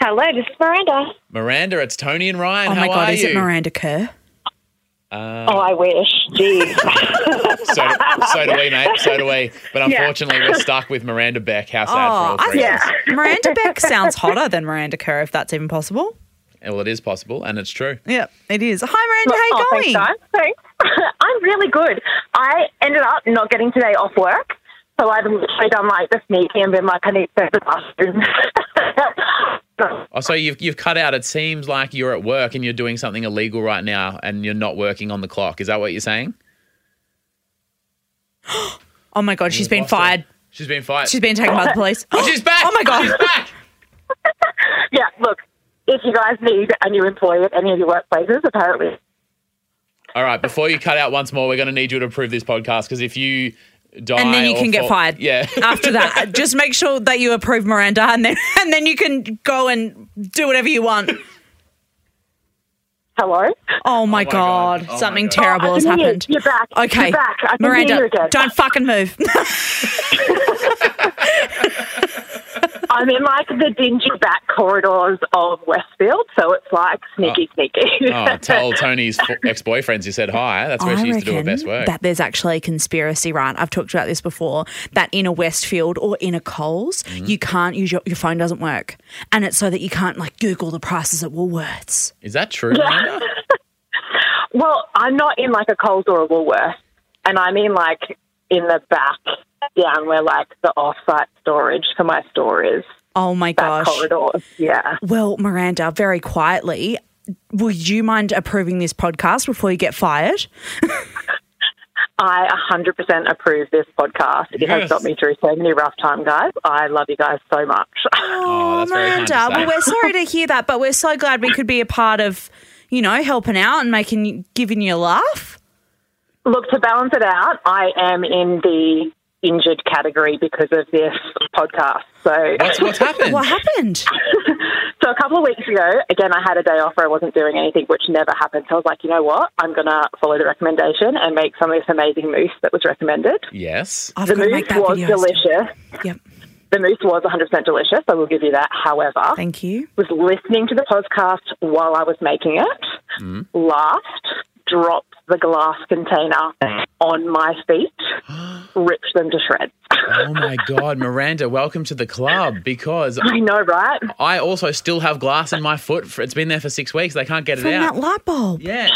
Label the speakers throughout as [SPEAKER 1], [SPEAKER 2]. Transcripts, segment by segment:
[SPEAKER 1] Hello, this is Miranda.
[SPEAKER 2] Miranda, it's Tony and Ryan.
[SPEAKER 3] Oh
[SPEAKER 2] How
[SPEAKER 3] my God,
[SPEAKER 2] are
[SPEAKER 3] is
[SPEAKER 2] you?
[SPEAKER 3] it Miranda Kerr? Uh,
[SPEAKER 1] oh, I wish. Jeez.
[SPEAKER 2] so, so do we, mate. So do we. But unfortunately, we're stuck with Miranda Beck.
[SPEAKER 1] Oh,
[SPEAKER 2] How
[SPEAKER 3] Oh,
[SPEAKER 2] sad for all
[SPEAKER 3] I
[SPEAKER 2] three.
[SPEAKER 3] think
[SPEAKER 2] of us.
[SPEAKER 3] Miranda Beck sounds hotter than Miranda Kerr, if that's even possible.
[SPEAKER 2] Well, it is possible, and it's true.
[SPEAKER 3] Yep, it is. Hi,
[SPEAKER 1] oh,
[SPEAKER 3] Miranda.
[SPEAKER 1] thanks,
[SPEAKER 3] how you
[SPEAKER 1] guys. Thanks. I'm really good. I ended up not getting today off work, so I've literally done like the sneaky and been like, I need to go to the bathroom.
[SPEAKER 2] Oh, so you've, you've cut out. It seems like you're at work and you're doing something illegal right now, and you're not working on the clock. Is that what you're saying?
[SPEAKER 3] going? Oh my God, she's been
[SPEAKER 2] Lost her.
[SPEAKER 3] fired.
[SPEAKER 2] She's been fired.
[SPEAKER 3] She's been taken by the police.
[SPEAKER 2] oh, she's back.
[SPEAKER 3] Oh my God.
[SPEAKER 2] She's back.
[SPEAKER 1] yeah, look, if you guys need a new employee at any of your workplaces, apparently.
[SPEAKER 2] All right, before you cut out once more, we're going to need you to approve this podcast because if you die,
[SPEAKER 3] And then you
[SPEAKER 2] or
[SPEAKER 3] can get
[SPEAKER 2] fall-
[SPEAKER 3] fired.
[SPEAKER 2] Yeah.
[SPEAKER 3] After that, just make sure that you approve Miranda, and then and then you can go and do whatever you want.
[SPEAKER 1] Hello?
[SPEAKER 3] Oh
[SPEAKER 2] my
[SPEAKER 3] my, God,
[SPEAKER 2] God. Oh my
[SPEAKER 3] something
[SPEAKER 2] God.
[SPEAKER 3] terrible
[SPEAKER 1] I
[SPEAKER 3] has
[SPEAKER 1] can hear you.
[SPEAKER 3] happened.
[SPEAKER 1] You're back.
[SPEAKER 3] Okay,
[SPEAKER 1] You're back. I can hear
[SPEAKER 3] Miranda,
[SPEAKER 1] you again.
[SPEAKER 3] don't fucking move.
[SPEAKER 1] I'm in like the dingy back corridors of Westfield, so it's like sneaky, sneaky.
[SPEAKER 2] Oh, tell Tony's ex boyfriends you said hi. That's where she used to do her best work.
[SPEAKER 3] that there's actually a conspiracy, right? I've talked about this before. That in a Westfield or in a Coles,
[SPEAKER 2] Mm-hmm.
[SPEAKER 3] you can't use your, your phone doesn't work, and it's so that you can't like Google the prices at Woolworths.
[SPEAKER 2] Is that true, Miranda?
[SPEAKER 1] Well, I'm not in like a Coles or a Woolworths, and I'm in like in the back down where like the off-site storage for my store is.
[SPEAKER 3] Oh my
[SPEAKER 1] That
[SPEAKER 3] gosh!
[SPEAKER 1] corridor, yeah.
[SPEAKER 3] Well, Miranda, very quietly, would you mind approving this podcast before you get fired?
[SPEAKER 1] I 100% approve this podcast. It
[SPEAKER 2] Yes.
[SPEAKER 1] has got me through so many rough time, guys. I love you guys so much.
[SPEAKER 2] Oh, that's very kind
[SPEAKER 3] Miranda,
[SPEAKER 2] to say.
[SPEAKER 3] well, we're sorry to hear that, but we're so glad we could be a part of, you know, helping out and making giving you a laugh.
[SPEAKER 1] Look, to balance it out, I am in the injured category because of this podcast. So,
[SPEAKER 2] What's, what's happened?
[SPEAKER 3] What happened?
[SPEAKER 1] so a couple of weeks ago, again, I had a day off where I wasn't doing anything, which never happened. So I was like, you know what? I'm going to follow the recommendation and make some of this amazing mousse that was recommended.
[SPEAKER 2] Yes.
[SPEAKER 3] I've
[SPEAKER 1] The
[SPEAKER 3] got to
[SPEAKER 1] mousse
[SPEAKER 3] make that
[SPEAKER 1] was
[SPEAKER 3] video.
[SPEAKER 1] delicious.
[SPEAKER 3] Yep.
[SPEAKER 1] The mousse was 100% delicious. I will give you that. However,
[SPEAKER 3] Thank you.
[SPEAKER 1] was listening to the podcast while I was making it,
[SPEAKER 2] Mm-hmm.
[SPEAKER 1] laughed, dropped the glass container on my feet, ripped them to shreds.
[SPEAKER 2] Oh my God, Miranda, welcome to the club because
[SPEAKER 1] I know, right?
[SPEAKER 2] I also still have glass in my foot. For, it's been there for six weeks. They can't get it
[SPEAKER 3] From
[SPEAKER 2] out.
[SPEAKER 3] that light bulb.
[SPEAKER 2] yeah.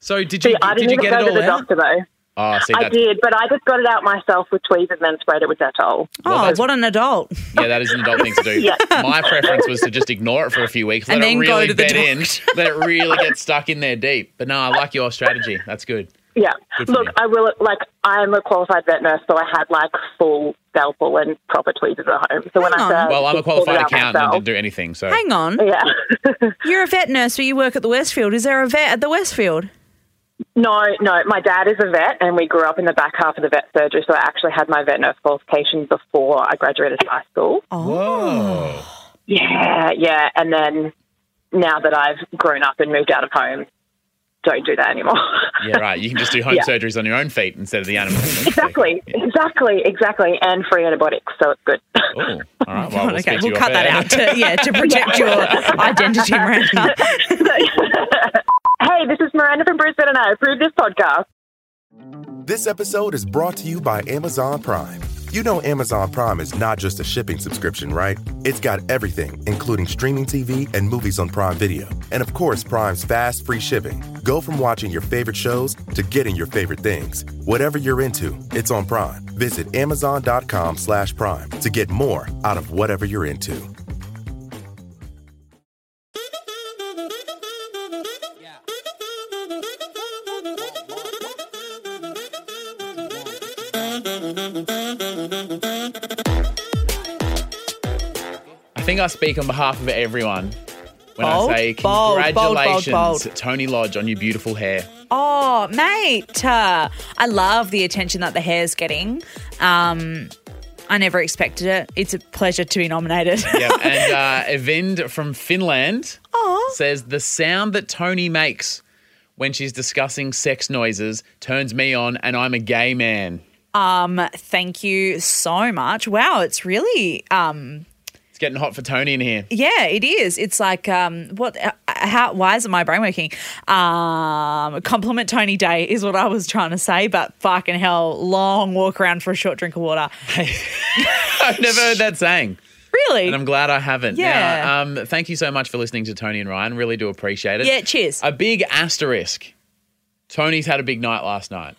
[SPEAKER 2] So did
[SPEAKER 1] See,
[SPEAKER 2] you
[SPEAKER 1] I
[SPEAKER 2] did
[SPEAKER 1] didn't
[SPEAKER 2] you
[SPEAKER 1] even
[SPEAKER 2] get
[SPEAKER 1] go
[SPEAKER 2] it
[SPEAKER 1] to
[SPEAKER 2] all
[SPEAKER 1] the
[SPEAKER 2] out?
[SPEAKER 1] doctor, though.
[SPEAKER 2] Oh, see
[SPEAKER 1] I
[SPEAKER 2] that's
[SPEAKER 1] did, but I just got it out myself with tweezers and then sprayed it with Dettol.
[SPEAKER 3] Oh, what an adult.
[SPEAKER 2] yeah, that is an adult thing to do.
[SPEAKER 1] Yeah.
[SPEAKER 2] My preference was to just ignore it for a few weeks, let
[SPEAKER 3] And
[SPEAKER 2] it
[SPEAKER 3] then go
[SPEAKER 2] really
[SPEAKER 3] to the
[SPEAKER 2] bed in, let it really get stuck in there deep. But no, I like your strategy. That's good.
[SPEAKER 1] Yeah.
[SPEAKER 2] Good for
[SPEAKER 1] Look,
[SPEAKER 2] you.
[SPEAKER 1] I will, like, I'm a qualified vet nurse, so I had, like, full scalpel and proper tweezers at home. So when
[SPEAKER 3] Hang
[SPEAKER 1] I
[SPEAKER 3] on.
[SPEAKER 1] said,
[SPEAKER 2] Well, I'm a
[SPEAKER 1] Uh, just pulled it
[SPEAKER 2] qualified
[SPEAKER 1] out
[SPEAKER 2] accountant and
[SPEAKER 1] myself.
[SPEAKER 2] didn't do anything. So
[SPEAKER 3] Hang on.
[SPEAKER 1] Yeah.
[SPEAKER 3] You're a vet nurse, but you work at the Westfield. Is there a vet at the Westfield?
[SPEAKER 1] No, no. My dad is a vet, and we grew up in the back half of the vet surgery. So I actually had my vet nurse qualification before I graduated high school.
[SPEAKER 3] Oh.
[SPEAKER 2] Whoa.
[SPEAKER 1] Yeah, yeah. And then now that I've grown up and moved out of home, don't do that anymore.
[SPEAKER 2] Yeah, right. You can just do home
[SPEAKER 1] Yeah.
[SPEAKER 2] surgeries on your own feet instead of the animal.
[SPEAKER 1] exactly, exactly, exactly. And free antibiotics, so it's good.
[SPEAKER 2] Oh, all right. Well, we'll,
[SPEAKER 3] okay,
[SPEAKER 2] speak to
[SPEAKER 3] we'll
[SPEAKER 2] you
[SPEAKER 3] cut
[SPEAKER 2] off
[SPEAKER 3] that
[SPEAKER 2] air.
[SPEAKER 3] out to, yeah, to protect your identity, Miranda.
[SPEAKER 1] hey, this is Miranda from Brisbane, and I approve this podcast.
[SPEAKER 4] This episode is brought to you by Amazon Prime. You know Amazon Prime is not just a shipping subscription, right? It's got everything, including streaming TV and movies on Prime Video. And of course, Prime's fast, free shipping. Go from watching your favorite shows to getting your favorite things. Whatever you're into, it's on Prime. Visit amazon.com slash prime to get more out of whatever you're into.
[SPEAKER 2] I think I speak on behalf of everyone when
[SPEAKER 3] Bold,
[SPEAKER 2] I say
[SPEAKER 3] bold, bold, bold,
[SPEAKER 2] congratulations,
[SPEAKER 3] bold.
[SPEAKER 2] Tony Lodge, on your beautiful hair.
[SPEAKER 3] Oh, mate. Uh, I love the attention that the hair's getting. Um, I never expected it. It's a pleasure to be nominated.
[SPEAKER 2] Yeah, and uh, Evind from Finland
[SPEAKER 3] Aw.
[SPEAKER 2] says the sound that Tony makes when she's discussing sex noises turns me on, and I'm a gay man.
[SPEAKER 3] Thank you so much. Wow, it's really um
[SPEAKER 2] It's getting hot for Tony in here.
[SPEAKER 3] Yeah, it is. It's like um, what? uh, How? Why isn't my brain working? Um, compliment Tony Day is what I was trying to say, but fucking hell, long walk around for a short drink of water.
[SPEAKER 2] I've never heard that saying.
[SPEAKER 3] Really?
[SPEAKER 2] And I'm glad I haven't.
[SPEAKER 3] Yeah.
[SPEAKER 2] Now, um, thank you so much for listening to Tony and Ryan. Really do appreciate it.
[SPEAKER 3] Yeah, cheers.
[SPEAKER 2] A big asterisk. Tony's had a big night last night.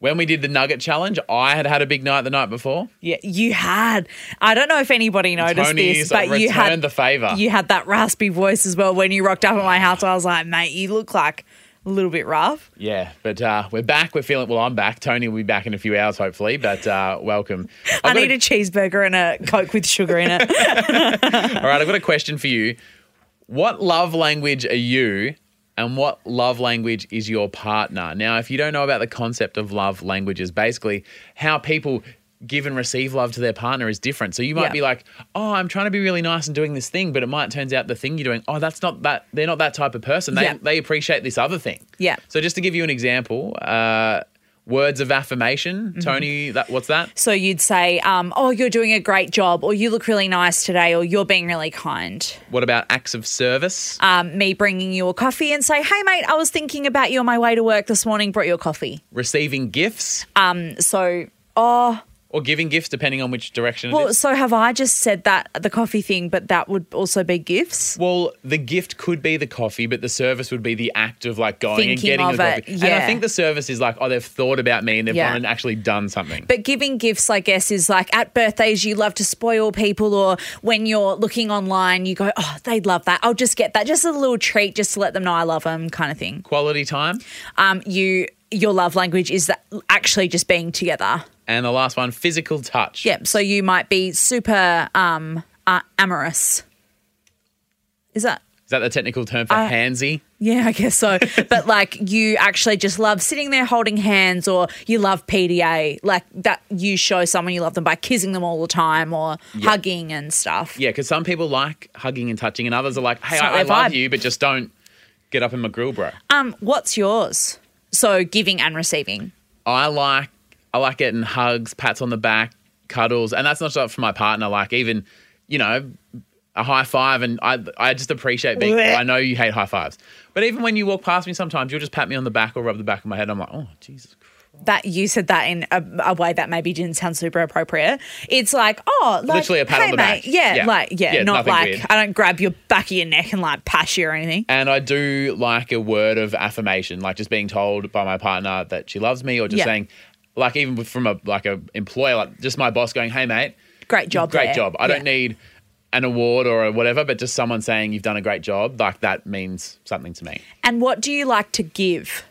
[SPEAKER 2] When we did the Nugget Challenge, I had had a big night the night before.
[SPEAKER 3] yeah, you had. I don't know if anybody noticed
[SPEAKER 2] Tony's
[SPEAKER 3] this, but you
[SPEAKER 2] returned
[SPEAKER 3] had
[SPEAKER 2] the favour.
[SPEAKER 3] you had that raspy voice as well when you rocked up at my house. I was like, mate, you look like a little bit rough.
[SPEAKER 2] Yeah, but uh, we're back. We're feeling well. I'm back. Tony will be back in a few hours, hopefully. But uh, welcome.
[SPEAKER 3] I
[SPEAKER 2] I've got
[SPEAKER 3] need a cheeseburger and a coke with sugar in it.
[SPEAKER 2] All right, I've got a question for you. What love language are you, and what love language is your partner? Now, if you don't know about the concept of love languages, basically how people give and receive love to their partner is different. So you might
[SPEAKER 3] Yeah.
[SPEAKER 2] be like, "Oh, I'm trying to be really nice and doing this thing," but it might turns out the thing you're doing, "Oh, that's not that. They're not that type of person. They
[SPEAKER 3] Yeah.
[SPEAKER 2] they appreciate this other thing."
[SPEAKER 3] Yeah.
[SPEAKER 2] So just to give you an example, uh, words of affirmation,
[SPEAKER 3] Mm-hmm.
[SPEAKER 2] Tony. That what's that?
[SPEAKER 3] So you'd say, um, "Oh, you're doing a great job," or "You look really nice today," or "You're being really kind."
[SPEAKER 2] What about acts of service?
[SPEAKER 3] Um, me bringing you a coffee and say, "Hey, mate, I was thinking about you on my way to work this morning. Brought you a coffee."
[SPEAKER 2] Receiving gifts.
[SPEAKER 3] So, oh,
[SPEAKER 2] Or giving gifts, depending on which direction it
[SPEAKER 3] well,
[SPEAKER 2] is.
[SPEAKER 3] so have I just said that the coffee thing, but that would also be gifts.
[SPEAKER 2] Well, the gift could be the coffee, but the service would be the act of like going and
[SPEAKER 3] Thinking
[SPEAKER 2] getting
[SPEAKER 3] of
[SPEAKER 2] the
[SPEAKER 3] it,
[SPEAKER 2] coffee. And I
[SPEAKER 3] yeah.
[SPEAKER 2] think the service is like, oh, they've thought about me and they've
[SPEAKER 3] Yeah.
[SPEAKER 2] gone and actually done something.
[SPEAKER 3] But giving gifts, I guess, is like at birthdays, you love to spoil people, or when you're looking online, you go, oh, they'd love that. I'll just get that. Just a little treat, just to let them know I love them, kind of thing.
[SPEAKER 2] Quality time.
[SPEAKER 3] Um, you, your love language is that actually just being together.
[SPEAKER 2] And the last one, physical touch.
[SPEAKER 3] Yep. So you might be super um, uh, amorous. Is that?
[SPEAKER 2] Is that the technical term for handsy?
[SPEAKER 3] Yeah, I guess so. but like you actually just love sitting there holding hands, or you love PDA, like that you show someone you love them by kissing them all the time or hugging and stuff.
[SPEAKER 2] Yeah, because some people like hugging and touching, and others are like, hey,
[SPEAKER 3] It's not
[SPEAKER 2] I, I
[SPEAKER 3] their
[SPEAKER 2] love
[SPEAKER 3] vibe.
[SPEAKER 2] you, but just don't get up in my grill, bro.
[SPEAKER 3] Um, what's yours? So giving and receiving.
[SPEAKER 2] I like I like getting hugs, pats on the back, cuddles, and that's not just for my partner. Like even you know a high five, and I I just appreciate being.
[SPEAKER 3] Blech.
[SPEAKER 2] I know you hate high fives, but even when you walk past me, sometimes you'll just pat me on the back or rub the back of my head. I'm like, oh Jesus. Christ.
[SPEAKER 3] That you said that in a, a way that maybe didn't sound super appropriate. It's like, oh, like,
[SPEAKER 2] Literally a pat
[SPEAKER 3] hey,
[SPEAKER 2] on the
[SPEAKER 3] mate,
[SPEAKER 2] back.
[SPEAKER 3] Yeah,
[SPEAKER 2] Yeah.
[SPEAKER 3] like, yeah,
[SPEAKER 2] Yeah,
[SPEAKER 3] not
[SPEAKER 2] nothing
[SPEAKER 3] like
[SPEAKER 2] weird.
[SPEAKER 3] I don't grab your back of your neck and like pass you or anything.
[SPEAKER 2] And I do like a word of affirmation, like just being told by my partner that she loves me, or just
[SPEAKER 3] Yeah.
[SPEAKER 2] saying, like even with- from a like a employer, like just my boss going, hey mate,
[SPEAKER 3] Great job.
[SPEAKER 2] great
[SPEAKER 3] there.
[SPEAKER 2] job. I
[SPEAKER 3] Yeah.
[SPEAKER 2] don't need an award or a whatever, but just someone saying you've done a great job, like that means something to me.
[SPEAKER 3] And what do you like to give?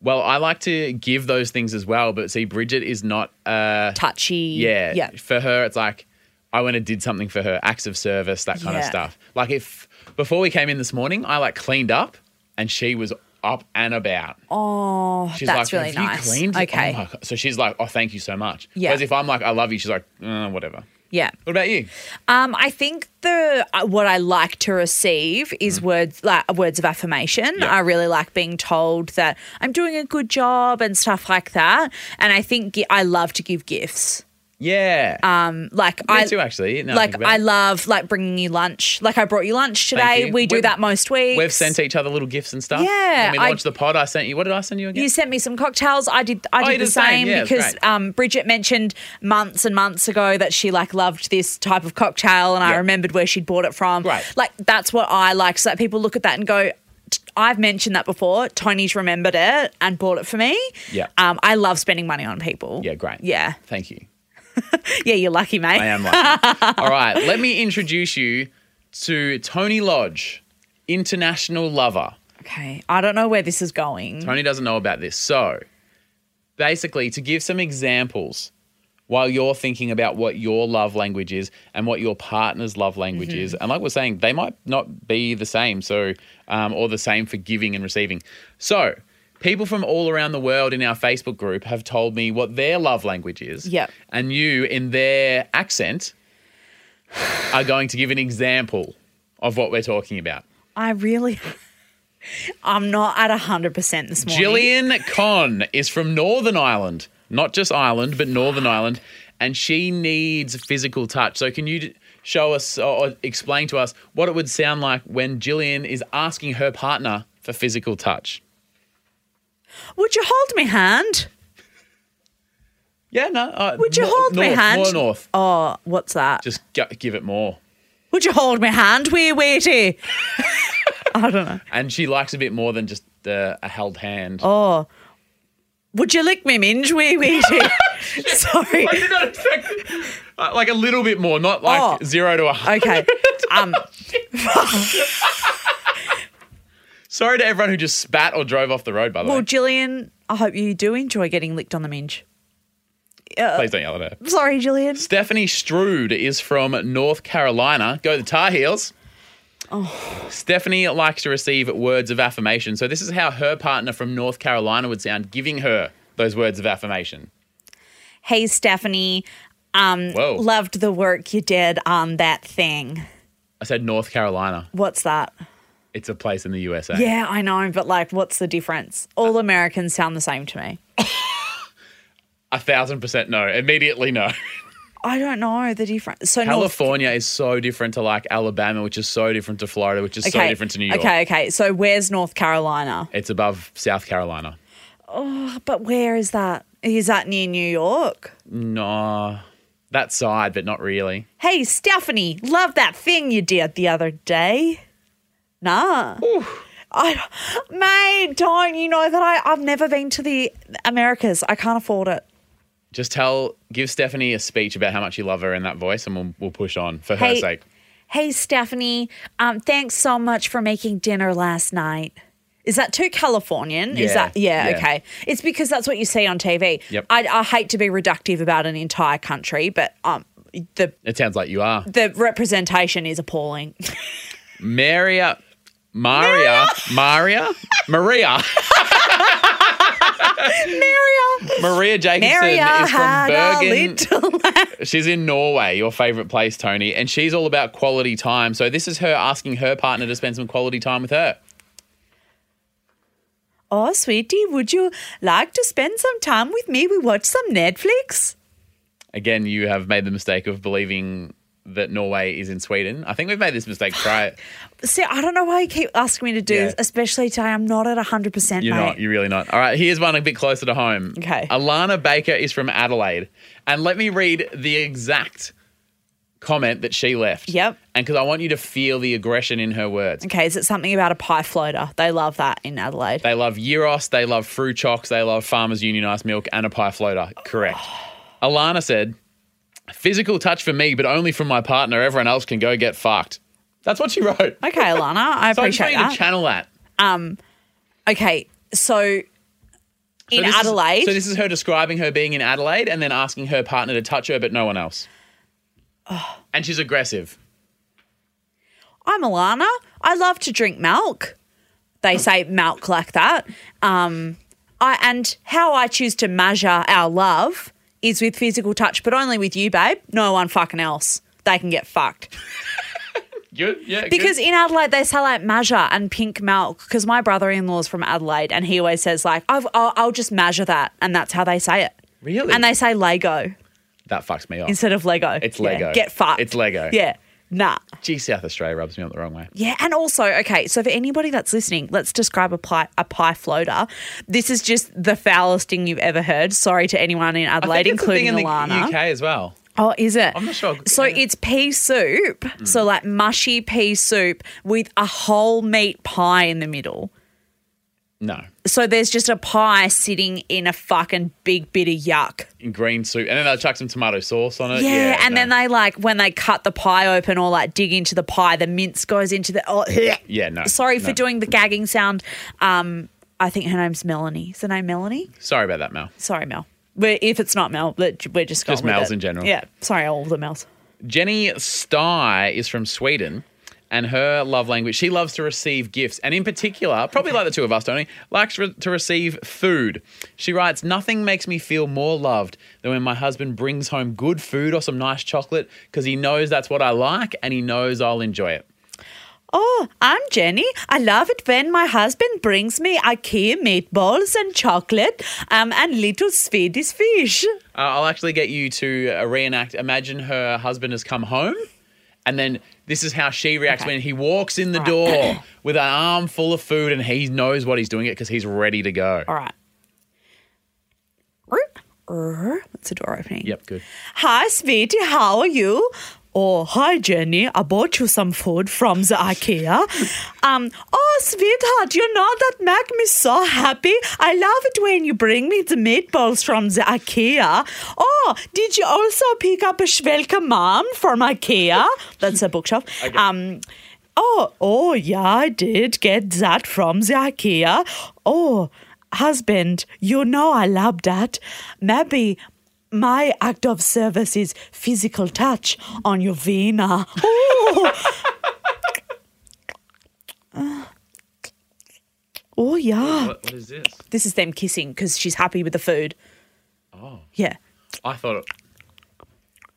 [SPEAKER 2] Well, I like to give those things as well, but see, Bridget is not. Uh,
[SPEAKER 3] Touchy.
[SPEAKER 2] yeah,
[SPEAKER 3] Yeah.
[SPEAKER 2] For her, it's like I went and did something for her, acts of service, that kind of
[SPEAKER 3] Yeah.
[SPEAKER 2] stuff. Like if before we came in this morning, I like cleaned up, and she was up and about. Oh, she's
[SPEAKER 3] that's
[SPEAKER 2] like,
[SPEAKER 3] really
[SPEAKER 2] "Have you
[SPEAKER 3] nice.
[SPEAKER 2] cleaned? Oh
[SPEAKER 3] Okay.
[SPEAKER 2] my God." So she's like, oh, thank you so much.
[SPEAKER 3] Yeah.
[SPEAKER 2] Whereas if I'm like, I love you, she's like, "Uh, whatever.
[SPEAKER 3] Yeah.
[SPEAKER 2] What about you?
[SPEAKER 3] Um, I think the uh, what I like to receive is words like words of affirmation.
[SPEAKER 2] Mm. Yeah.
[SPEAKER 3] I really like being told that I'm doing a good job and stuff like that. And I think gi- I love to give gifts.
[SPEAKER 2] Yeah.
[SPEAKER 3] Like
[SPEAKER 2] Me
[SPEAKER 3] Uh, I
[SPEAKER 2] too, actually. now I think
[SPEAKER 3] like
[SPEAKER 2] about
[SPEAKER 3] I
[SPEAKER 2] it.
[SPEAKER 3] love like bringing you lunch. Like I brought you lunch today.
[SPEAKER 2] you.
[SPEAKER 3] We do
[SPEAKER 2] We've-
[SPEAKER 3] that most weeks.
[SPEAKER 2] We've sent each other little gifts and stuff.
[SPEAKER 3] Yeah,
[SPEAKER 2] When we
[SPEAKER 3] I-
[SPEAKER 2] launched the pod, I sent you. What did I send you again?
[SPEAKER 3] You sent me some cocktails. I did. I did
[SPEAKER 2] you
[SPEAKER 3] the
[SPEAKER 2] did Oh, the same.
[SPEAKER 3] same,
[SPEAKER 2] Yeah, it's
[SPEAKER 3] because
[SPEAKER 2] great.
[SPEAKER 3] um, Bridget mentioned months and months ago that she like loved this type of cocktail, and
[SPEAKER 2] Yeah.
[SPEAKER 3] I remembered where she'd bought it from.
[SPEAKER 2] Right.
[SPEAKER 3] Like that's what I like. So that people look at that and go. "T- I've mentioned that before. Tony's remembered it and bought it for me.
[SPEAKER 2] Yeah.
[SPEAKER 3] Um, I love spending money on people.
[SPEAKER 2] yeah, great.
[SPEAKER 3] Yeah.
[SPEAKER 2] Thank you.
[SPEAKER 3] Yeah, you're lucky, mate.
[SPEAKER 2] I am lucky. All right, let me introduce you to Tony Lodge, international lover.
[SPEAKER 3] Okay. I don't know where this is going.
[SPEAKER 2] Mm-hmm. Tony doesn't know about this. So, basically, to give some examples while you're thinking about what your love language is and what your partner's love language is, and like we're saying, they might not be the same. So, um, or the same for giving and receiving. So, people from all around the world in our Facebook group have told me what their love language is.
[SPEAKER 3] Yep.
[SPEAKER 2] And you, in their accent, are going to give an example of what we're talking about.
[SPEAKER 3] I really. I'm not at hundred percent this morning.
[SPEAKER 2] Gillian Conn is from Northern Ah. Ireland, not just Ireland, but Northern Ireland, and she needs physical touch. So can you show us or, or explain to us what it would sound like when Jillian is asking her partner for physical touch.
[SPEAKER 3] Would you hold me hand?
[SPEAKER 2] Yeah, no. Uh,
[SPEAKER 3] Would you
[SPEAKER 2] more-
[SPEAKER 3] hold my
[SPEAKER 2] north,
[SPEAKER 3] hand?
[SPEAKER 2] More north.
[SPEAKER 3] Oh, what's that?
[SPEAKER 2] Just go, give it more.
[SPEAKER 3] Would you hold my hand, wee waity? I don't know.
[SPEAKER 2] And she likes a bit more than just uh, a held hand.
[SPEAKER 3] Oh. Would you lick me, minge, wee waity? Sorry.
[SPEAKER 2] I did not expect uh, like a little bit more, not like
[SPEAKER 3] Oh.
[SPEAKER 2] zero to a hundred.
[SPEAKER 3] Okay. Um,
[SPEAKER 2] Sorry to everyone who just spat or drove off the road. By the
[SPEAKER 3] well,
[SPEAKER 2] way,
[SPEAKER 3] Gillian, I hope you do enjoy getting licked on the minge. uh,
[SPEAKER 2] please don't yell at her.
[SPEAKER 3] Sorry, Gillian.
[SPEAKER 2] Stephanie Strood is from North Carolina. Go the Tar Heels.
[SPEAKER 3] Oh.
[SPEAKER 2] Stephanie likes to receive words of affirmation. So this is how her partner from North Carolina would sound, giving her those words of affirmation.
[SPEAKER 3] Hey, Stephanie. Um,
[SPEAKER 2] Whoa.
[SPEAKER 3] loved the work you did on that thing.
[SPEAKER 2] I said North Carolina.
[SPEAKER 3] What's that?
[SPEAKER 2] It's a place in the USA.
[SPEAKER 3] Yeah, I know, but like, what's the difference? All Americans sound the same to me.
[SPEAKER 2] A thousand percent no. Immediately no.
[SPEAKER 3] I don't know the difference. So North.
[SPEAKER 2] California is so different to like Alabama, which is so different to Florida, which is so different to New York.
[SPEAKER 3] Okay, okay. So where's North Carolina?
[SPEAKER 2] It's above South Carolina.
[SPEAKER 3] But where is that? Is that near New York?
[SPEAKER 2] No, that side, but not really.
[SPEAKER 3] Hey, Stephanie, love that thing you did the other day. Nah. I, mate, don't you know that I, I've never been to the Americas? I can't afford it.
[SPEAKER 2] Just tell, give Stephanie a speech about how much you love her in that voice, and we'll, we'll push on for her
[SPEAKER 3] Hey.
[SPEAKER 2] sake.
[SPEAKER 3] Hey, Stephanie, um, thanks so much for making dinner last night. Is that too Californian? Is
[SPEAKER 2] Yeah,
[SPEAKER 3] that yeah,
[SPEAKER 2] yeah.
[SPEAKER 3] Okay, it's because that's what you see on TV.
[SPEAKER 2] Yep.
[SPEAKER 3] I, I hate to be reductive about an entire country, but um, the
[SPEAKER 2] It sounds like you are.
[SPEAKER 3] the representation is appalling.
[SPEAKER 2] Maria, Maria, Maria, Maria,
[SPEAKER 3] Maria,
[SPEAKER 2] Maria Jacobson
[SPEAKER 3] Maria
[SPEAKER 2] is from
[SPEAKER 3] had a
[SPEAKER 2] Bergen.
[SPEAKER 3] little.
[SPEAKER 2] She's in Norway, your favorite place, Tony, and she's all about quality time. So this is her asking her partner to spend some quality time with her.
[SPEAKER 3] oh, sweetie, would you like to spend some time with me? We watch some Netflix.
[SPEAKER 2] Again, you have made the mistake of believing that Norway is in Sweden. I think we've made this mistake. Try it.
[SPEAKER 3] See, I don't know why you keep asking me to do
[SPEAKER 2] Yeah.
[SPEAKER 3] this, especially today. I'm not at hundred percent, mate.
[SPEAKER 2] You're not. You're really not. All right, here's one a bit closer to home.
[SPEAKER 3] Okay.
[SPEAKER 2] Alana Baker is from Adelaide. And let me read the exact comment that she left.
[SPEAKER 3] Yep.
[SPEAKER 2] And because I want you to feel the aggression in her words.
[SPEAKER 3] Okay, is it something about a pie floater? They love that in Adelaide.
[SPEAKER 2] They love Euros, they love Fruit Chocks, they love Farmers Union Ice Milk and a pie floater. Correct.
[SPEAKER 3] Oh.
[SPEAKER 2] Alana said, physical touch for me, but only from my partner. Everyone else can go get fucked. That's what she wrote. So
[SPEAKER 3] Okay, Alana, I
[SPEAKER 2] I just want
[SPEAKER 3] appreciate
[SPEAKER 2] you to
[SPEAKER 3] that.
[SPEAKER 2] channel that.
[SPEAKER 3] Okay, so
[SPEAKER 2] So
[SPEAKER 3] in
[SPEAKER 2] this is-
[SPEAKER 3] Adelaide,
[SPEAKER 2] so this is her describing her being in Adelaide and then asking her partner to touch her, but no one else.
[SPEAKER 3] Oh.
[SPEAKER 2] And she's aggressive.
[SPEAKER 3] I'm Alana. I love to drink milk. They say milk like that. Um, I and how I choose to measure our love is with physical touch, but only with you, babe. No one fucking else. They can get fucked.
[SPEAKER 2] Good, yeah. good.
[SPEAKER 3] Because in Adelaide they sell like measure and pink milk. Because my brother-in-law's from Adelaide, and he always says like, I've, I'll, "I'll just measure that," and that's how they say it.
[SPEAKER 2] Really?
[SPEAKER 3] And they say Lego
[SPEAKER 2] that fucks me off.
[SPEAKER 3] instead of Lego.
[SPEAKER 2] It's
[SPEAKER 3] Yeah,
[SPEAKER 2] Lego.
[SPEAKER 3] Get fucked.
[SPEAKER 2] It's Lego.
[SPEAKER 3] Yeah. Nah.
[SPEAKER 2] Gee, South Australia rubs me up the wrong way.
[SPEAKER 3] Yeah, and also, okay, so for anybody that's listening, let's describe a pie a pie floater. This is just the foulest thing you've ever heard. Sorry to anyone in Adelaide,
[SPEAKER 2] I think it's a thing
[SPEAKER 3] including
[SPEAKER 2] in the
[SPEAKER 3] Alana.
[SPEAKER 2] UK as well.
[SPEAKER 3] Oh, is it?
[SPEAKER 2] I'm not sure.
[SPEAKER 3] So
[SPEAKER 2] Yeah.
[SPEAKER 3] it's pea soup, so like mushy pea soup with a whole meat pie in the middle.
[SPEAKER 2] No,
[SPEAKER 3] So there's just a pie sitting in a fucking big bit of yuck.
[SPEAKER 2] in green soup, and then they'll chuck some tomato sauce on it.
[SPEAKER 3] Yeah, and
[SPEAKER 2] Uh, no.
[SPEAKER 3] then they like when they cut the pie open or like dig into the pie, the mince goes into the. Oh,
[SPEAKER 2] Yeah, no,
[SPEAKER 3] Sorry for
[SPEAKER 2] no.
[SPEAKER 3] doing the gagging sound. Um, I think her name's Melanie. Is her name Melanie?
[SPEAKER 2] Sorry about that, Mel.
[SPEAKER 3] Sorry, Mel. We're, if it's not Mel, let- we're just going
[SPEAKER 2] Just
[SPEAKER 3] with
[SPEAKER 2] Mels
[SPEAKER 3] it.
[SPEAKER 2] in general.
[SPEAKER 3] Yeah, sorry, all the Mels.
[SPEAKER 2] Jenny Stye is from Sweden, and her love language, she loves to receive gifts, and in particular, probably like the two of us, Tony, likes re- to receive food. She writes, Nothing makes me feel more loved than when my husband brings home good food or some nice chocolate because he knows that's what I like and he knows I'll enjoy it.
[SPEAKER 3] Oh, I'm Jenny. I love it when my husband brings me IKEA meatballs and chocolate, um, and little Swedish fish.
[SPEAKER 2] Uh, I'll actually get you to uh, reenact. Imagine her husband has come home And then this is how she reacts when he walks in the door with an arm full of food and he knows what he's doing it because he's ready to go.
[SPEAKER 3] All right. Roop. Roop. That's a door opening.
[SPEAKER 2] Yep, good.
[SPEAKER 3] Hi, sweetie. How are you? Oh, hi, Jenny. I bought you some food from the IKEA. Um, oh, sweetheart, you know that make me so happy. I love it when you bring me the meatballs from the IKEA. Oh, did you also pick up a Schwelke Mom from IKEA? That's a bookshelf. Um, oh, oh, yeah, I did get that from the IKEA. Oh, husband, you know I love that. Maybe my act of service is physical touch on your vena. Ooh. oh, yeah.
[SPEAKER 2] What, what is this?
[SPEAKER 3] This is them kissing because she's happy with the food. Oh. Yeah.
[SPEAKER 2] I thought it.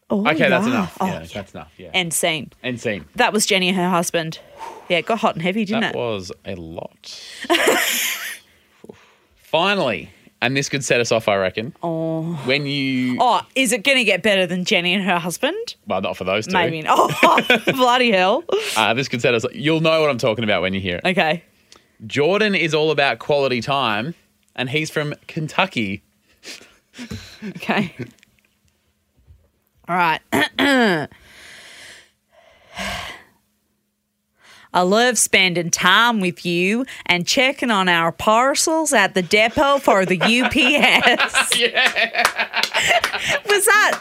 [SPEAKER 3] Oh,
[SPEAKER 2] Okay, that's
[SPEAKER 3] yeah.
[SPEAKER 2] enough.
[SPEAKER 3] Oh,
[SPEAKER 2] yeah, that's enough. Yeah.
[SPEAKER 3] End scene.
[SPEAKER 2] End scene.
[SPEAKER 3] That was Jenny and her husband. Yeah, it got hot and heavy, didn't
[SPEAKER 2] That
[SPEAKER 3] it?
[SPEAKER 2] was a lot. Finally, and this could set us off, I reckon. Oh. When you.
[SPEAKER 3] oh, is it going to get better than Jenny and her husband?
[SPEAKER 2] Well, not for those two.
[SPEAKER 3] Maybe. Oh, bloody hell.
[SPEAKER 2] Uh, this could set us. You'll know what I'm talking about when you hear it.
[SPEAKER 3] Okay.
[SPEAKER 2] Jordan is all about quality time, and he's from Kentucky.
[SPEAKER 3] Okay. All right. I love spending time with you and checking on our parcels at the depot for the UPS. was that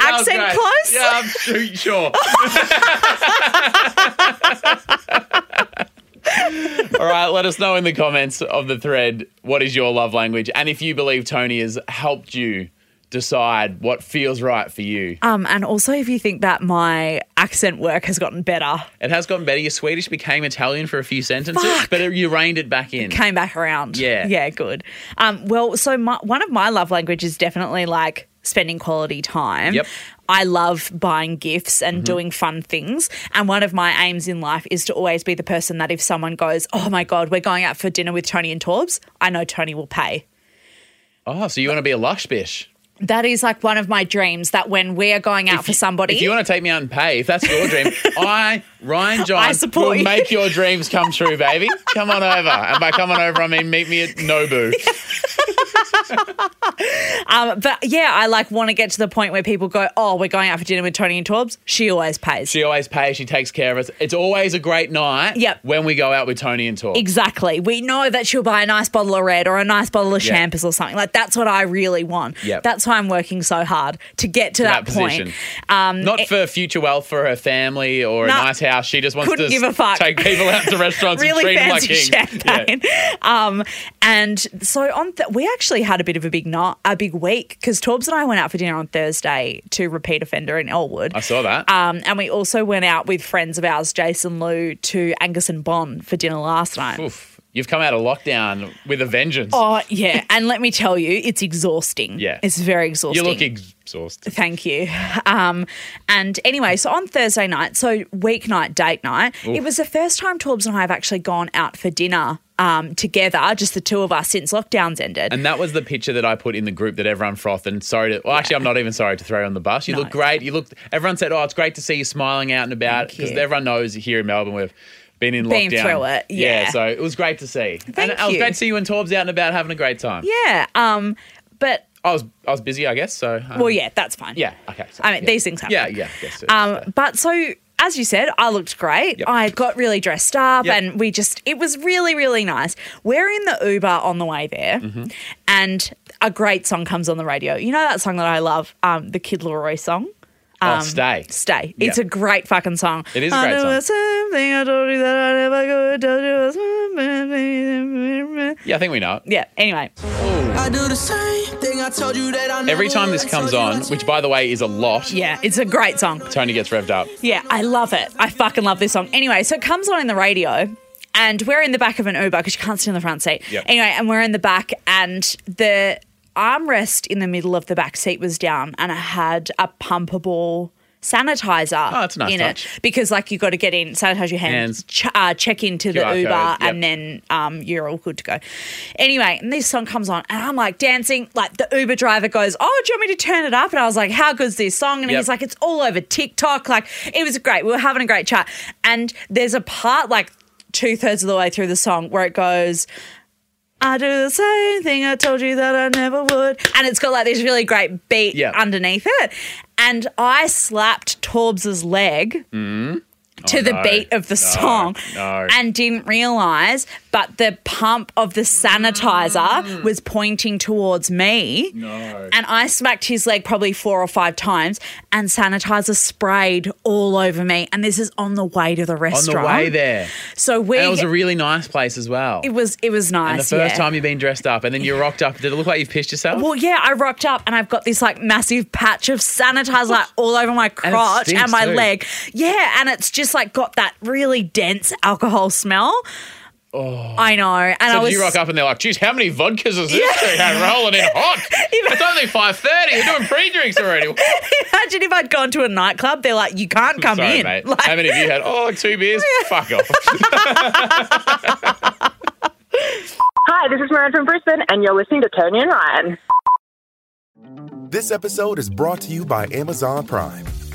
[SPEAKER 2] Okay. Yeah,
[SPEAKER 3] accent close?
[SPEAKER 2] I'm su- sure. All right, let us know in the comments of the thread what is your love language and if you believe Tony has helped you decide what feels right for you.
[SPEAKER 3] Um, and also, if you think that my accent work has gotten better,
[SPEAKER 2] It has gotten better. Your Swedish became Italian for a few sentences, but it, you reined it back in.
[SPEAKER 3] came back around.
[SPEAKER 2] Yeah.
[SPEAKER 3] Yeah, good. Um, well, so my, one of my love languages is definitely like spending quality time.
[SPEAKER 2] Yep. Mm-hmm.
[SPEAKER 3] I love buying gifts and doing fun things. And one of my aims in life is to always be the person that if someone goes, oh my God, we're going out for dinner with Tony and Torbs, I know Tony will pay.
[SPEAKER 2] Oh, so you want to be a lush bish?
[SPEAKER 3] That is like one of my dreams that when we are going out for somebody,
[SPEAKER 2] If you want to take me out and pay, if that's your dream, I, Ryan John,
[SPEAKER 3] I support
[SPEAKER 2] will
[SPEAKER 3] you.
[SPEAKER 2] make your dreams come true, baby. Come on over. And by come on over, I mean meet me at Nobu.
[SPEAKER 3] um, but yeah, I like want to get to the point where people go, oh, we're going out for dinner with Tony and Torbs. She always pays.
[SPEAKER 2] She always pays. She takes care of us. It's always a great night
[SPEAKER 3] Yep.
[SPEAKER 2] when we go out with Tony and Tor.
[SPEAKER 3] Exactly. We know that she'll buy a nice bottle of red or a nice bottle of
[SPEAKER 2] Yeah.
[SPEAKER 3] champers or something. Like that's what I really want.
[SPEAKER 2] Yep.
[SPEAKER 3] That's why I'm working so hard to get to
[SPEAKER 2] that
[SPEAKER 3] that, point. Um,
[SPEAKER 2] position. Not for future wealth for her family or
[SPEAKER 3] Nah.
[SPEAKER 2] a nice house. She just wants
[SPEAKER 3] Couldn't
[SPEAKER 2] to
[SPEAKER 3] give a fuck.
[SPEAKER 2] take people out to restaurants and
[SPEAKER 3] Really
[SPEAKER 2] treat them like
[SPEAKER 3] fancy
[SPEAKER 2] kings. Yeah.
[SPEAKER 3] champagne. Um, and so on th- we actually had a bit of a big night, a big week because Torbs and I went out for dinner on Thursday to Repeat Offender in Elwood.
[SPEAKER 2] I saw that.
[SPEAKER 3] Um, and we also went out with friends of ours, Jason Lou, to Angus and Bond for dinner last night.
[SPEAKER 2] Oof. You've come out of lockdown with a vengeance.
[SPEAKER 3] Oh yeah, and let me tell you, it's exhausting.
[SPEAKER 2] Yeah.
[SPEAKER 3] it's very exhausting.
[SPEAKER 2] you look exhausted.
[SPEAKER 3] Thank you. Um, and anyway, so on Thursday night, so weeknight date night, it was the first time Torbs and I have actually gone out for dinner um, together, just the two of us since lockdowns ended.
[SPEAKER 2] And that was the picture that I put in the group that everyone frothed. And sorry to, well, actually, I'm not even sorry to throw you on the bus. You
[SPEAKER 3] No,
[SPEAKER 2] look great. You look, everyone said, oh, it's great to see you smiling out and about.
[SPEAKER 3] Thank you.
[SPEAKER 2] Because everyone knows here in Melbourne, we've been in
[SPEAKER 3] Been
[SPEAKER 2] lockdown.
[SPEAKER 3] through it, yeah.
[SPEAKER 2] So it was great to see.
[SPEAKER 3] Thank
[SPEAKER 2] and it was
[SPEAKER 3] you.
[SPEAKER 2] great to see you and Torb's out and about having a great time.
[SPEAKER 3] yeah. Um, but
[SPEAKER 2] I was, I was busy, I guess. So, um,
[SPEAKER 3] well, yeah, that's fine.
[SPEAKER 2] Yeah. Okay. so,
[SPEAKER 3] I mean,
[SPEAKER 2] yeah.
[SPEAKER 3] these things happen.
[SPEAKER 2] Yeah. Yeah. I guess so.
[SPEAKER 3] Um, but so, as you said, I looked great.
[SPEAKER 2] Yep.
[SPEAKER 3] I got really dressed up,
[SPEAKER 2] Yep.
[SPEAKER 3] and we just, it was really, really nice. We're in the Uber on the way there,
[SPEAKER 2] Mm-hmm.
[SPEAKER 3] and a great song comes on the radio. You know that song that I love, um, the Kid Laroi song?
[SPEAKER 2] Oh,
[SPEAKER 3] um,
[SPEAKER 2] stay.
[SPEAKER 3] Stay. It's
[SPEAKER 2] Yep.
[SPEAKER 3] a great fucking song.
[SPEAKER 2] It is a great
[SPEAKER 3] I know
[SPEAKER 2] song.
[SPEAKER 3] the same thing I told you that I never could. Told you was my-
[SPEAKER 2] yeah. I think we know. it.
[SPEAKER 3] Yeah, anyway.
[SPEAKER 5] I do the same thing I told you that I
[SPEAKER 2] Every time this comes on, which by the way is a lot,
[SPEAKER 3] Oh, Yeah, it's a great song.
[SPEAKER 2] Tony gets revved up.
[SPEAKER 3] Yeah, I love it. I fucking love this song. Anyway, so it comes on in the radio, and we're in the back of an Uber because you can't sit in the front seat.
[SPEAKER 2] Yep.
[SPEAKER 3] Anyway, and we're in the back, and the armrest in the middle of the back seat was down, and it had a pumpable sanitizer
[SPEAKER 2] Oh, that's a nice
[SPEAKER 3] in
[SPEAKER 2] touch.
[SPEAKER 3] it because like you got to get in, sanitize your hands,
[SPEAKER 2] Hands.
[SPEAKER 3] ch- uh, check into the
[SPEAKER 2] QR
[SPEAKER 3] Uber,
[SPEAKER 2] code, yep.
[SPEAKER 3] and then um, you're all good to go. Anyway, and this song comes on, and I'm like dancing. Like the Uber driver goes, "Oh, do you want me to turn it up?" And I was like, "How good's this song?" And
[SPEAKER 2] Yep.
[SPEAKER 3] he's like, "It's all over TikTok." Like it was great. We were having a great chat, and there's a part like two thirds of the way through the song where it goes. I do the same thing I told you that I never would. And it's got like this really great beat
[SPEAKER 2] Yeah.
[SPEAKER 3] underneath it. And I slapped Torbs's leg to the
[SPEAKER 2] Mm-hmm. Oh, no,
[SPEAKER 3] beat of the song
[SPEAKER 2] no.
[SPEAKER 3] and didn't realize, but the pump of the sanitizer was pointing towards me.
[SPEAKER 2] Mm. No.
[SPEAKER 3] And I smacked his leg probably four or five times, and sanitizer sprayed all over me. And this is on the way to the
[SPEAKER 2] On the
[SPEAKER 3] restaurant.
[SPEAKER 2] way there.
[SPEAKER 3] So we.
[SPEAKER 2] And it was a really nice place as well.
[SPEAKER 3] it was it was nice.
[SPEAKER 2] and the first
[SPEAKER 3] yeah.
[SPEAKER 2] time you've been dressed up and then you rocked up. Did it look like you've pissed yourself?
[SPEAKER 3] Well, yeah, I rocked up and I've got this like massive patch of sanitizer like, all over my
[SPEAKER 2] And it
[SPEAKER 3] crotch and,
[SPEAKER 2] stinks
[SPEAKER 3] my
[SPEAKER 2] too.
[SPEAKER 3] leg. Yeah, and it's just like got that really dense alcohol smell. Oh, I know. And I
[SPEAKER 2] So
[SPEAKER 3] was
[SPEAKER 2] did you rock up and they're like, geez, how many vodkas is this thing had rolling in hot? it's only 5.30. We're doing pre-drinks already.
[SPEAKER 3] imagine if I'd gone to a nightclub, they're like, you can't come
[SPEAKER 2] Sorry,
[SPEAKER 3] in.
[SPEAKER 2] mate.
[SPEAKER 3] Like,
[SPEAKER 2] how many of you had, oh, like two beers? Fuck off.
[SPEAKER 1] Hi, this is Marin from Brisbane, and you're listening to Tony and Ryan.
[SPEAKER 4] This episode is brought to you by Amazon Prime.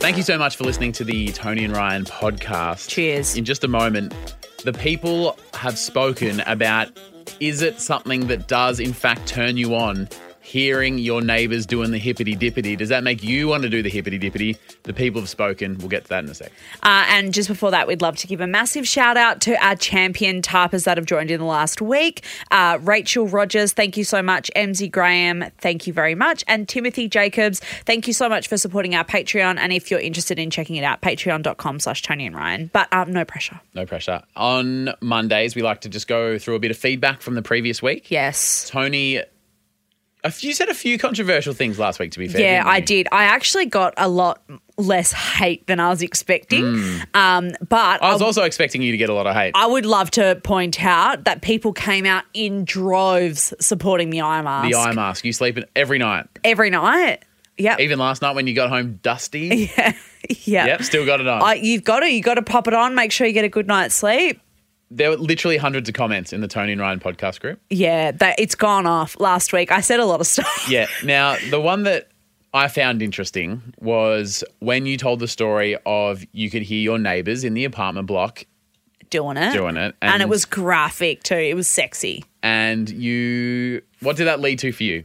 [SPEAKER 2] Thank you so much for listening to the Tony and Ryan podcast.
[SPEAKER 3] Cheers.
[SPEAKER 2] In just a moment, the people have spoken about is it something that does, in fact, turn you on? Hearing your neighbours doing the hippity dippity, does that make you want to do the hippity dippity? The people have spoken. We'll get to that in a sec.
[SPEAKER 3] Uh, and just before that, we'd love to give a massive shout out to our champion tarpers that have joined in the last week. Uh, Rachel Rogers, thank you so much. MZ Graham, thank you very much. And Timothy Jacobs, thank you so much for supporting our Patreon. And if you're interested in checking it out, patreon.com slash Tony and Ryan. But um, no pressure.
[SPEAKER 2] No pressure. On Mondays, we like to just go through a bit of feedback from the previous week.
[SPEAKER 3] Yes.
[SPEAKER 2] Tony, a few, you said a few controversial things last week, to be fair.
[SPEAKER 3] Yeah,
[SPEAKER 2] didn't
[SPEAKER 3] I
[SPEAKER 2] you?
[SPEAKER 3] did. I actually got a lot less hate than I was expecting. Um, but
[SPEAKER 2] Hmm. I was also expecting you to get a lot of hate.
[SPEAKER 3] I would love to point out that people came out in droves supporting the eye mask.
[SPEAKER 2] the eye mask. You sleep in every night.
[SPEAKER 3] every night. Yep.
[SPEAKER 2] Even last night when you got home dusty.
[SPEAKER 3] yeah.
[SPEAKER 2] Yep, still got it on.
[SPEAKER 3] I, you've got to you got to pop it on. Make sure you get a good night's sleep.
[SPEAKER 2] there were literally hundreds of comments in the Tony and Ryan podcast group.
[SPEAKER 3] Yeah, that it's gone off last week. I said a lot of stuff.
[SPEAKER 2] Yeah. Now, the one that I found interesting was when you told the story of you could hear your neighbors in the apartment block
[SPEAKER 3] Doing it,
[SPEAKER 2] doing it.
[SPEAKER 3] and, it was graphic too. It was sexy.
[SPEAKER 2] And you, what did that lead to for you?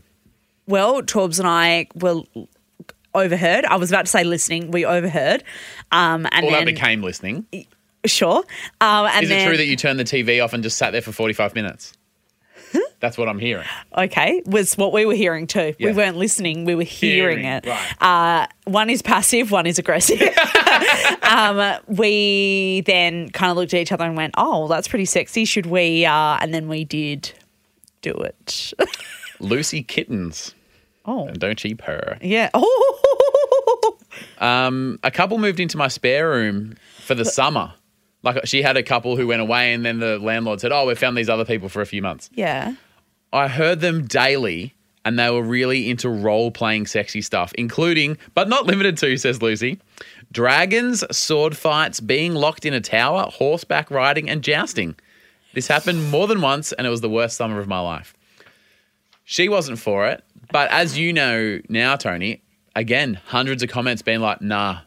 [SPEAKER 3] Well, Torbs and I were overheard. I was about to say listening. We overheard, um, and
[SPEAKER 2] Well,
[SPEAKER 3] then
[SPEAKER 2] that became listening. Is
[SPEAKER 3] sure. Um, and
[SPEAKER 2] it
[SPEAKER 3] then,
[SPEAKER 2] true that you turned the TV off and just sat there for 45 minutes? That's what I'm hearing.
[SPEAKER 3] okay was what we were hearing too. We
[SPEAKER 2] Yeah.
[SPEAKER 3] weren't listening. We were hearing, it. Uh,
[SPEAKER 2] Right.
[SPEAKER 3] one is passive, one is aggressive. um, we then kind of looked at each other and went, "Oh, that's pretty sexy. Should we?" Uh, and then we did do it.
[SPEAKER 2] Lucy Kittens.
[SPEAKER 3] oh,
[SPEAKER 2] And don't she purr?
[SPEAKER 3] yeah. Oh,
[SPEAKER 2] a couple moved into my spare room for the summer. Like she had a couple who went away, and then the landlord said, "Oh, we found these other people for a few months."
[SPEAKER 3] yeah.
[SPEAKER 2] I heard them daily, and they were really into role playing sexy stuff, including but not limited to, says Lucy, dragons, sword fights, being locked in a tower, horseback riding, and jousting. This happened more than once, and it was the worst summer of my life. She wasn't for it, but as you know now, Tony, again, hundreds of comments being like, "Nah,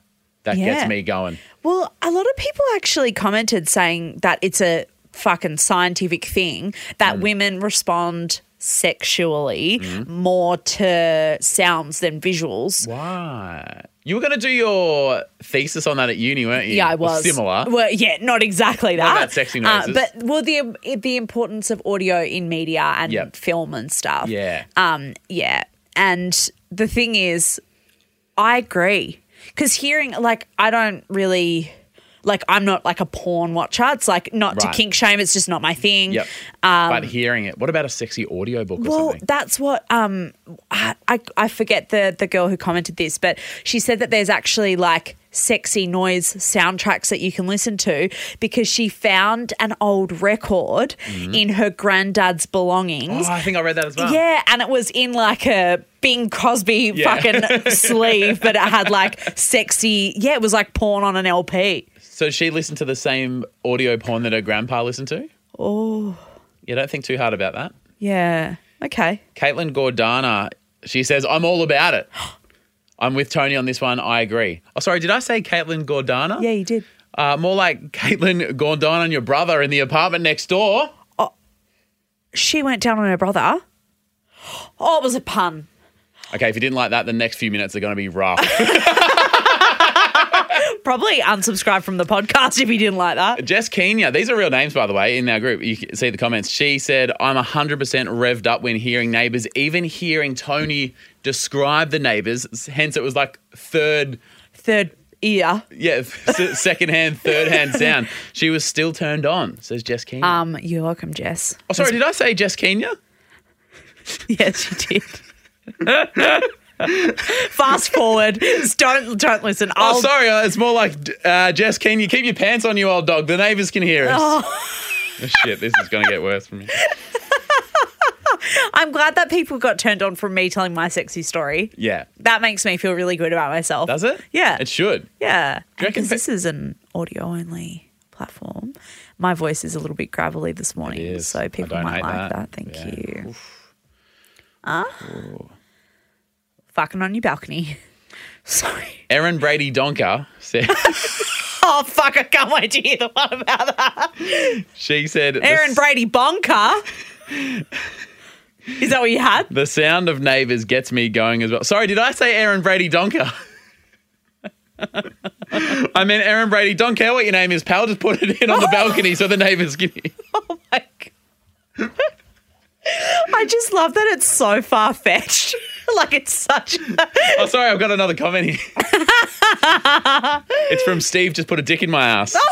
[SPEAKER 2] that
[SPEAKER 3] Yeah.
[SPEAKER 2] gets me going."
[SPEAKER 3] Well, a lot of people actually commented saying that it's a fucking scientific thing that women respond sexually more to sounds than visuals.
[SPEAKER 2] Why? You were going to do your thesis on that at uni, weren't you?
[SPEAKER 3] Yeah, I
[SPEAKER 2] Or
[SPEAKER 3] was
[SPEAKER 2] Similar.
[SPEAKER 3] Well, yeah, not exactly that. Uh,
[SPEAKER 2] about sexy noises?
[SPEAKER 3] but well, the the importance of audio in media and
[SPEAKER 2] Yep.
[SPEAKER 3] film and stuff.
[SPEAKER 2] Yeah.
[SPEAKER 3] Um. Yeah. And the thing is, I agree. Because hearing, like, I don't really, like, I'm not like a porn watcher. It's like not
[SPEAKER 2] Right.
[SPEAKER 3] to kink shame, it's just not my thing.
[SPEAKER 2] Yep. but hearing it. What about a sexy audiobook or
[SPEAKER 3] Um, Well,
[SPEAKER 2] something?
[SPEAKER 3] that's what um, I, I I forget the the girl who commented this, but she said that there's actually like sexy noise soundtracks that you can listen to because she found an old record in her granddad's belongings.
[SPEAKER 2] Mm-hmm. Oh, I think I read that as well.
[SPEAKER 3] Yeah, and it was in like a Bing Crosby
[SPEAKER 2] Yeah.
[SPEAKER 3] fucking sleeve, but it had like sexy. Yeah, it was like porn on an LP.
[SPEAKER 2] So she listened to the same audio porn that her grandpa listened to? Oh. You don't think too hard about that.
[SPEAKER 3] Yeah. Okay.
[SPEAKER 2] Caitlin Gordana, she says, I'm all about it. I'm with Tony on this one. I agree. Oh, sorry, did I say Caitlin Gordana?
[SPEAKER 3] Yeah, you did.
[SPEAKER 2] Uh, more like Caitlin Gordana and your brother in the apartment next door.
[SPEAKER 3] She went down on her brother. Oh, it was a pun.
[SPEAKER 2] Okay, if you didn't like that, the next few minutes are going to be rough.
[SPEAKER 3] Probably unsubscribe from the podcast if you didn't like that.
[SPEAKER 2] Jess Kenya, these are real names, by the way, in our group. You can see the comments. She said, I'm 100% revved up when hearing neighbors, even hearing Tony describe the neighbors. Hence, it was like third,
[SPEAKER 3] Third ear.
[SPEAKER 2] yeah, s- second hand, third hand sound. She was still turned on, says Jess Kenya.
[SPEAKER 3] Um, you're welcome, Jess.
[SPEAKER 2] oh, sorry, did I say Jess Kenya? Oh,
[SPEAKER 3] Yes, you did. Fast forward. Don't don't listen. I'll
[SPEAKER 2] Oh, sorry, uh, it's more like uh, Jess Kenya, keep your pants on, you old dog. The neighbors can hear us.
[SPEAKER 3] Oh.
[SPEAKER 2] Oh, Shit, this is going to get worse for me.
[SPEAKER 3] I'm glad that people got turned on from me telling my sexy story.
[SPEAKER 2] Yeah.
[SPEAKER 3] That makes me feel really good about myself.
[SPEAKER 2] Does it?
[SPEAKER 3] Yeah.
[SPEAKER 2] It should.
[SPEAKER 3] Yeah.
[SPEAKER 2] you reckon
[SPEAKER 3] Because
[SPEAKER 2] fa-
[SPEAKER 3] this is an audio only platform. My voice is a little bit gravelly this morning,
[SPEAKER 2] is. I
[SPEAKER 3] so people
[SPEAKER 2] don't
[SPEAKER 3] might
[SPEAKER 2] hate
[SPEAKER 3] like that.
[SPEAKER 2] that.
[SPEAKER 3] Thank
[SPEAKER 2] Yeah.
[SPEAKER 3] you. Ah. Fucking on your balcony. Sorry.
[SPEAKER 2] Erin Brady Donker said,
[SPEAKER 3] Oh fuck! I can't wait to hear the one about that.
[SPEAKER 2] she said, the
[SPEAKER 3] Aaron Brady Bonker. Is that what you had?
[SPEAKER 2] The sound of neighbours gets me going as well. Sorry, did I say Aaron Brady Donker? I meant Aaron Brady. Don't care what your name is, pal. Just put it in on the balcony so the neighbours can hear.
[SPEAKER 3] Like, I just love that it's so far fetched. like it's such.
[SPEAKER 2] Oh, sorry, I've got another comment here. it's from Steve. Just put a dick in my ass.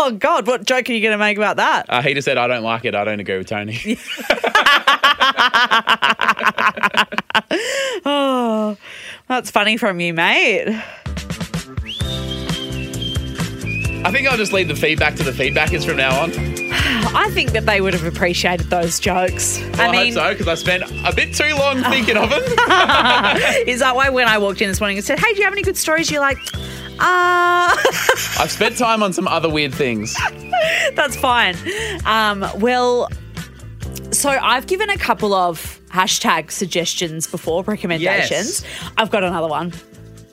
[SPEAKER 3] Oh God, what joke are you going to make about that?
[SPEAKER 2] Uh, he just said, I don't like it. I don't agree with Tony.
[SPEAKER 3] Oh, That's funny from you, mate.
[SPEAKER 2] I think I'll just leave the feedback to the feedbackers from now on.
[SPEAKER 3] I think that they would have appreciated those jokes.
[SPEAKER 2] Well,
[SPEAKER 3] I
[SPEAKER 2] Oh, I,
[SPEAKER 3] mean,
[SPEAKER 2] hope so, because I spent a bit too long thinking of it.
[SPEAKER 3] is that why when I walked in this morning and said, "Hey, do you have any good stories?" You're like, "Ah,
[SPEAKER 2] I've spent time on some other weird things.
[SPEAKER 3] that's fine." Um, well, so I've given a couple of hashtag suggestions before recommendations. I've got another one.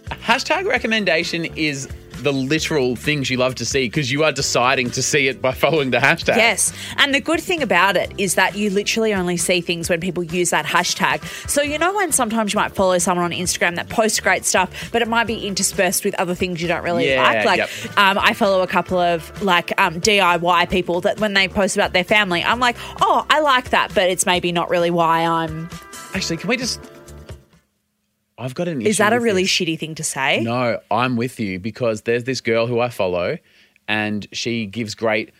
[SPEAKER 2] Hashtag recommendation is the literal things you love to see because you are deciding to see it by following the hashtag.
[SPEAKER 3] Yes. And the good thing about it is that you literally only see things when people use that hashtag. So, you know, when sometimes you might follow someone on Instagram that posts great stuff, but it might be interspersed with other things you don't really
[SPEAKER 2] Yeah,
[SPEAKER 3] like. Like,
[SPEAKER 2] yep.
[SPEAKER 3] um, I follow a couple of like um, DIY people that when they post about their family, I'm like, oh, I like that, but it's maybe not really why I'm.
[SPEAKER 2] Actually, can we just? I've got an. Issue
[SPEAKER 3] Is that a
[SPEAKER 2] with
[SPEAKER 3] really
[SPEAKER 2] this.
[SPEAKER 3] shitty thing to say?
[SPEAKER 2] no, I'm with you because there's this girl who I follow, and she gives great,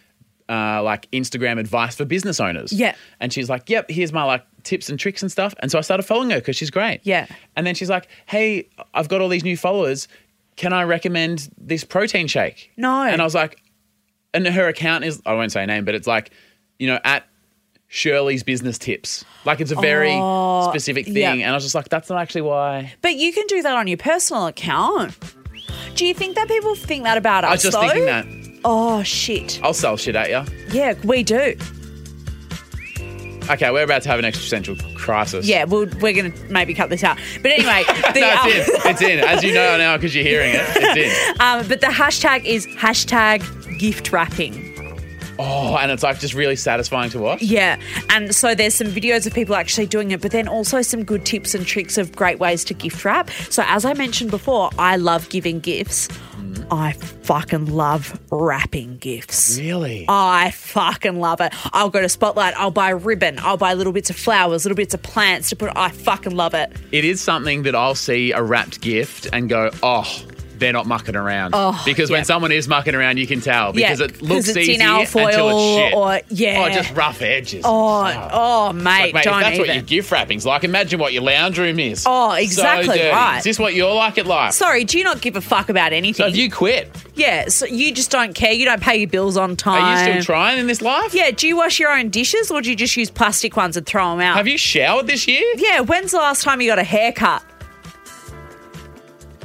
[SPEAKER 2] uh, like Instagram advice for business owners.
[SPEAKER 3] Yeah.
[SPEAKER 2] And she's like, "Yep, here's my like tips and tricks and stuff." And so I started following her because she's great.
[SPEAKER 3] Yeah.
[SPEAKER 2] And then she's like, "Hey, I've got all these new followers. Can I recommend this protein shake?"
[SPEAKER 3] No.
[SPEAKER 2] And I was like, and her account is I won't say her name, but it's like, you know, at Shirley's business tips. Like it's a very specific thing.
[SPEAKER 3] Oh, yeah.
[SPEAKER 2] And I was just like, that's not actually why.
[SPEAKER 3] But you can do that on your personal account. Do you think that people think that about us?
[SPEAKER 2] I was just
[SPEAKER 3] though?
[SPEAKER 2] thinking that.
[SPEAKER 3] Oh, shit.
[SPEAKER 2] I'll sell shit at you.
[SPEAKER 3] Yeah, we do.
[SPEAKER 2] Okay, we're about to have an existential crisis.
[SPEAKER 3] Yeah, we'll, we're going to maybe cut this out. But anyway, the,
[SPEAKER 2] No,
[SPEAKER 3] um,
[SPEAKER 2] it's in. It's in. As you know now because you're hearing it, it's in.
[SPEAKER 3] um, but the hashtag is hashtag gift wrapping.
[SPEAKER 2] Oh, and it's like just really satisfying to watch.
[SPEAKER 3] Yeah. And so there's some videos of people actually doing it, but then also some good tips and tricks of great ways to gift wrap. So, as I mentioned before, I love giving gifts.
[SPEAKER 2] Mm.
[SPEAKER 3] I fucking love wrapping gifts.
[SPEAKER 2] Really?
[SPEAKER 3] I fucking love it. I'll go to Spotlight, I'll buy ribbon, I'll buy little bits of flowers, little bits of plants to put. I fucking love it.
[SPEAKER 2] It is something that I'll see a wrapped gift and go, oh, they're not mucking around. because
[SPEAKER 3] Oh, yeah.
[SPEAKER 2] when someone is mucking around, you can tell because
[SPEAKER 3] Yeah,
[SPEAKER 2] it looks
[SPEAKER 3] 'cause it's in
[SPEAKER 2] easy
[SPEAKER 3] alfoil
[SPEAKER 2] until it's shit.
[SPEAKER 3] or- yeah.
[SPEAKER 2] Oh, just rough edges.
[SPEAKER 3] Oh, oh,
[SPEAKER 2] Like,
[SPEAKER 3] mate,
[SPEAKER 2] mate, if
[SPEAKER 3] don't
[SPEAKER 2] that's
[SPEAKER 3] even.
[SPEAKER 2] what your gift wrapping's like, imagine what your lounge room is.
[SPEAKER 3] Oh,
[SPEAKER 2] So
[SPEAKER 3] exactly
[SPEAKER 2] dirty.
[SPEAKER 3] right.
[SPEAKER 2] Is this what you're like at life?
[SPEAKER 3] Sorry, do you not give a fuck about
[SPEAKER 2] so
[SPEAKER 3] anything?
[SPEAKER 2] have you quit?
[SPEAKER 3] yeah, so you just don't care. You don't pay your bills on time.
[SPEAKER 2] Are you still trying in this life?
[SPEAKER 3] Yeah, do you wash your own dishes or do you just use plastic ones and throw them out?
[SPEAKER 2] Have you showered this year?
[SPEAKER 3] Yeah, when's the last time you got a haircut?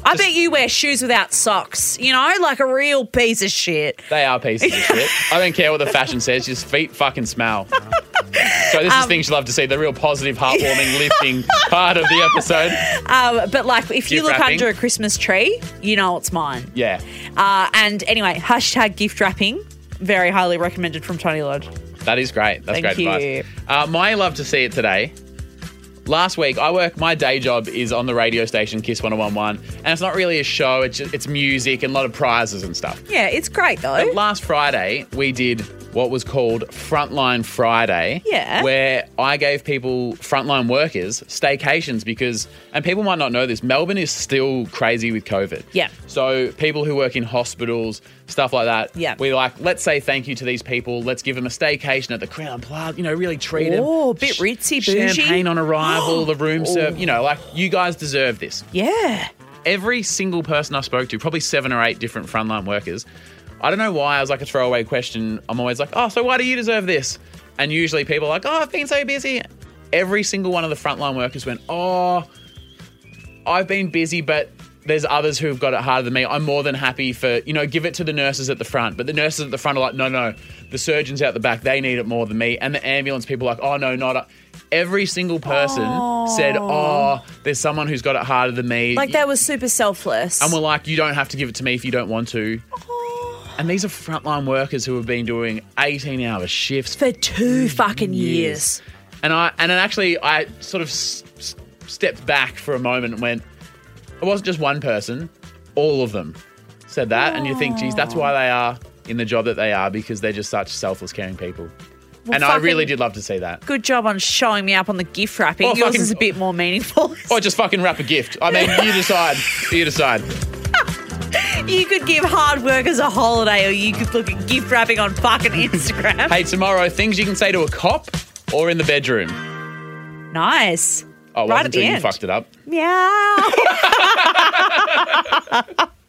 [SPEAKER 3] I bet you wear shoes without socks, you know, like a real piece of shit.
[SPEAKER 2] They are pieces of shit. I don't care what the fashion says, just feet fucking smell. So
[SPEAKER 3] Um,
[SPEAKER 2] this is things you love to see, the real positive, heartwarming, lifting part of the episode.
[SPEAKER 3] Um, but like, if you
[SPEAKER 2] Gift
[SPEAKER 3] look
[SPEAKER 2] wrapping.
[SPEAKER 3] under a Christmas tree, you know it's mine.
[SPEAKER 2] Yeah.
[SPEAKER 3] Uh, and anyway, hashtag gift wrapping, very highly recommended from Tony Lodge.
[SPEAKER 2] That is great. That's
[SPEAKER 3] Thank
[SPEAKER 2] great
[SPEAKER 3] you.
[SPEAKER 2] advice. Uh, my love to see it today. Last week, I work. My day job is on the radio station Kiss 101.1, and it's not really a show. It's just, it's music and a lot of prizes and stuff.
[SPEAKER 3] Yeah, it's great though.
[SPEAKER 2] But last Friday, we did what was called Frontline Friday.
[SPEAKER 3] Yeah.
[SPEAKER 2] Where I gave people, frontline workers, staycations because, and people might not know this, Melbourne is still crazy with COVID.
[SPEAKER 3] Yeah.
[SPEAKER 2] So people who work in hospitals, stuff like that.
[SPEAKER 3] Yeah.
[SPEAKER 2] We like, let's say thank you to these people. Let's give them a staycation at the Crown Plaza, you know, really treat them.
[SPEAKER 3] Oh, bit ritzy, bougie.
[SPEAKER 2] Champagne on arrival, the room serve, you know, like you guys deserve this
[SPEAKER 3] yeah.
[SPEAKER 2] every single person I spoke to, probably seven or eight different frontline workers, I don't know why I was like a throwaway question. I'm always like, oh, so why do you deserve this? And usually people are like, oh, I've been so busy. Every single one of the frontline workers went, oh, I've been busy, but there's others who've got it harder than me. I'm more than happy for, you know, give it to the nurses at the front. But the nurses at the front are like, no, no, the surgeons out the back, they need it more than me. And the ambulance people are like, oh, no, not. A-. Every single person said, oh, there's someone who's got it harder than me.
[SPEAKER 3] Like, they were super selfless.
[SPEAKER 2] And we're like, you don't have to give it to me if you don't want to. And these are frontline workers who have been doing 18 hour shifts.
[SPEAKER 3] For two fucking years.
[SPEAKER 2] And I and then actually I sort of s- s- stepped back for a moment and went, it wasn't just one person, all of them said that. And you think, geez, that's why they are in the job that they are because they're just such selfless, caring people. and I
[SPEAKER 3] fucking-
[SPEAKER 2] really did love to see that.
[SPEAKER 3] Good job on showing me up on the gift wrapping.
[SPEAKER 2] Oh,
[SPEAKER 3] Yours
[SPEAKER 2] fucking-
[SPEAKER 3] is a bit more meaningful.
[SPEAKER 2] Or just fucking wrap a gift. I mean, you decide. You decide.
[SPEAKER 3] You could give hard workers a holiday, or you could look at gift wrapping on fucking Instagram.
[SPEAKER 2] Hey, tomorrow, things you can say to a cop or in the bedroom.
[SPEAKER 3] nice.
[SPEAKER 2] Oh, it
[SPEAKER 3] Right
[SPEAKER 2] wasn't
[SPEAKER 3] at the
[SPEAKER 2] until you
[SPEAKER 3] end.
[SPEAKER 2] fucked it up.
[SPEAKER 3] Meow.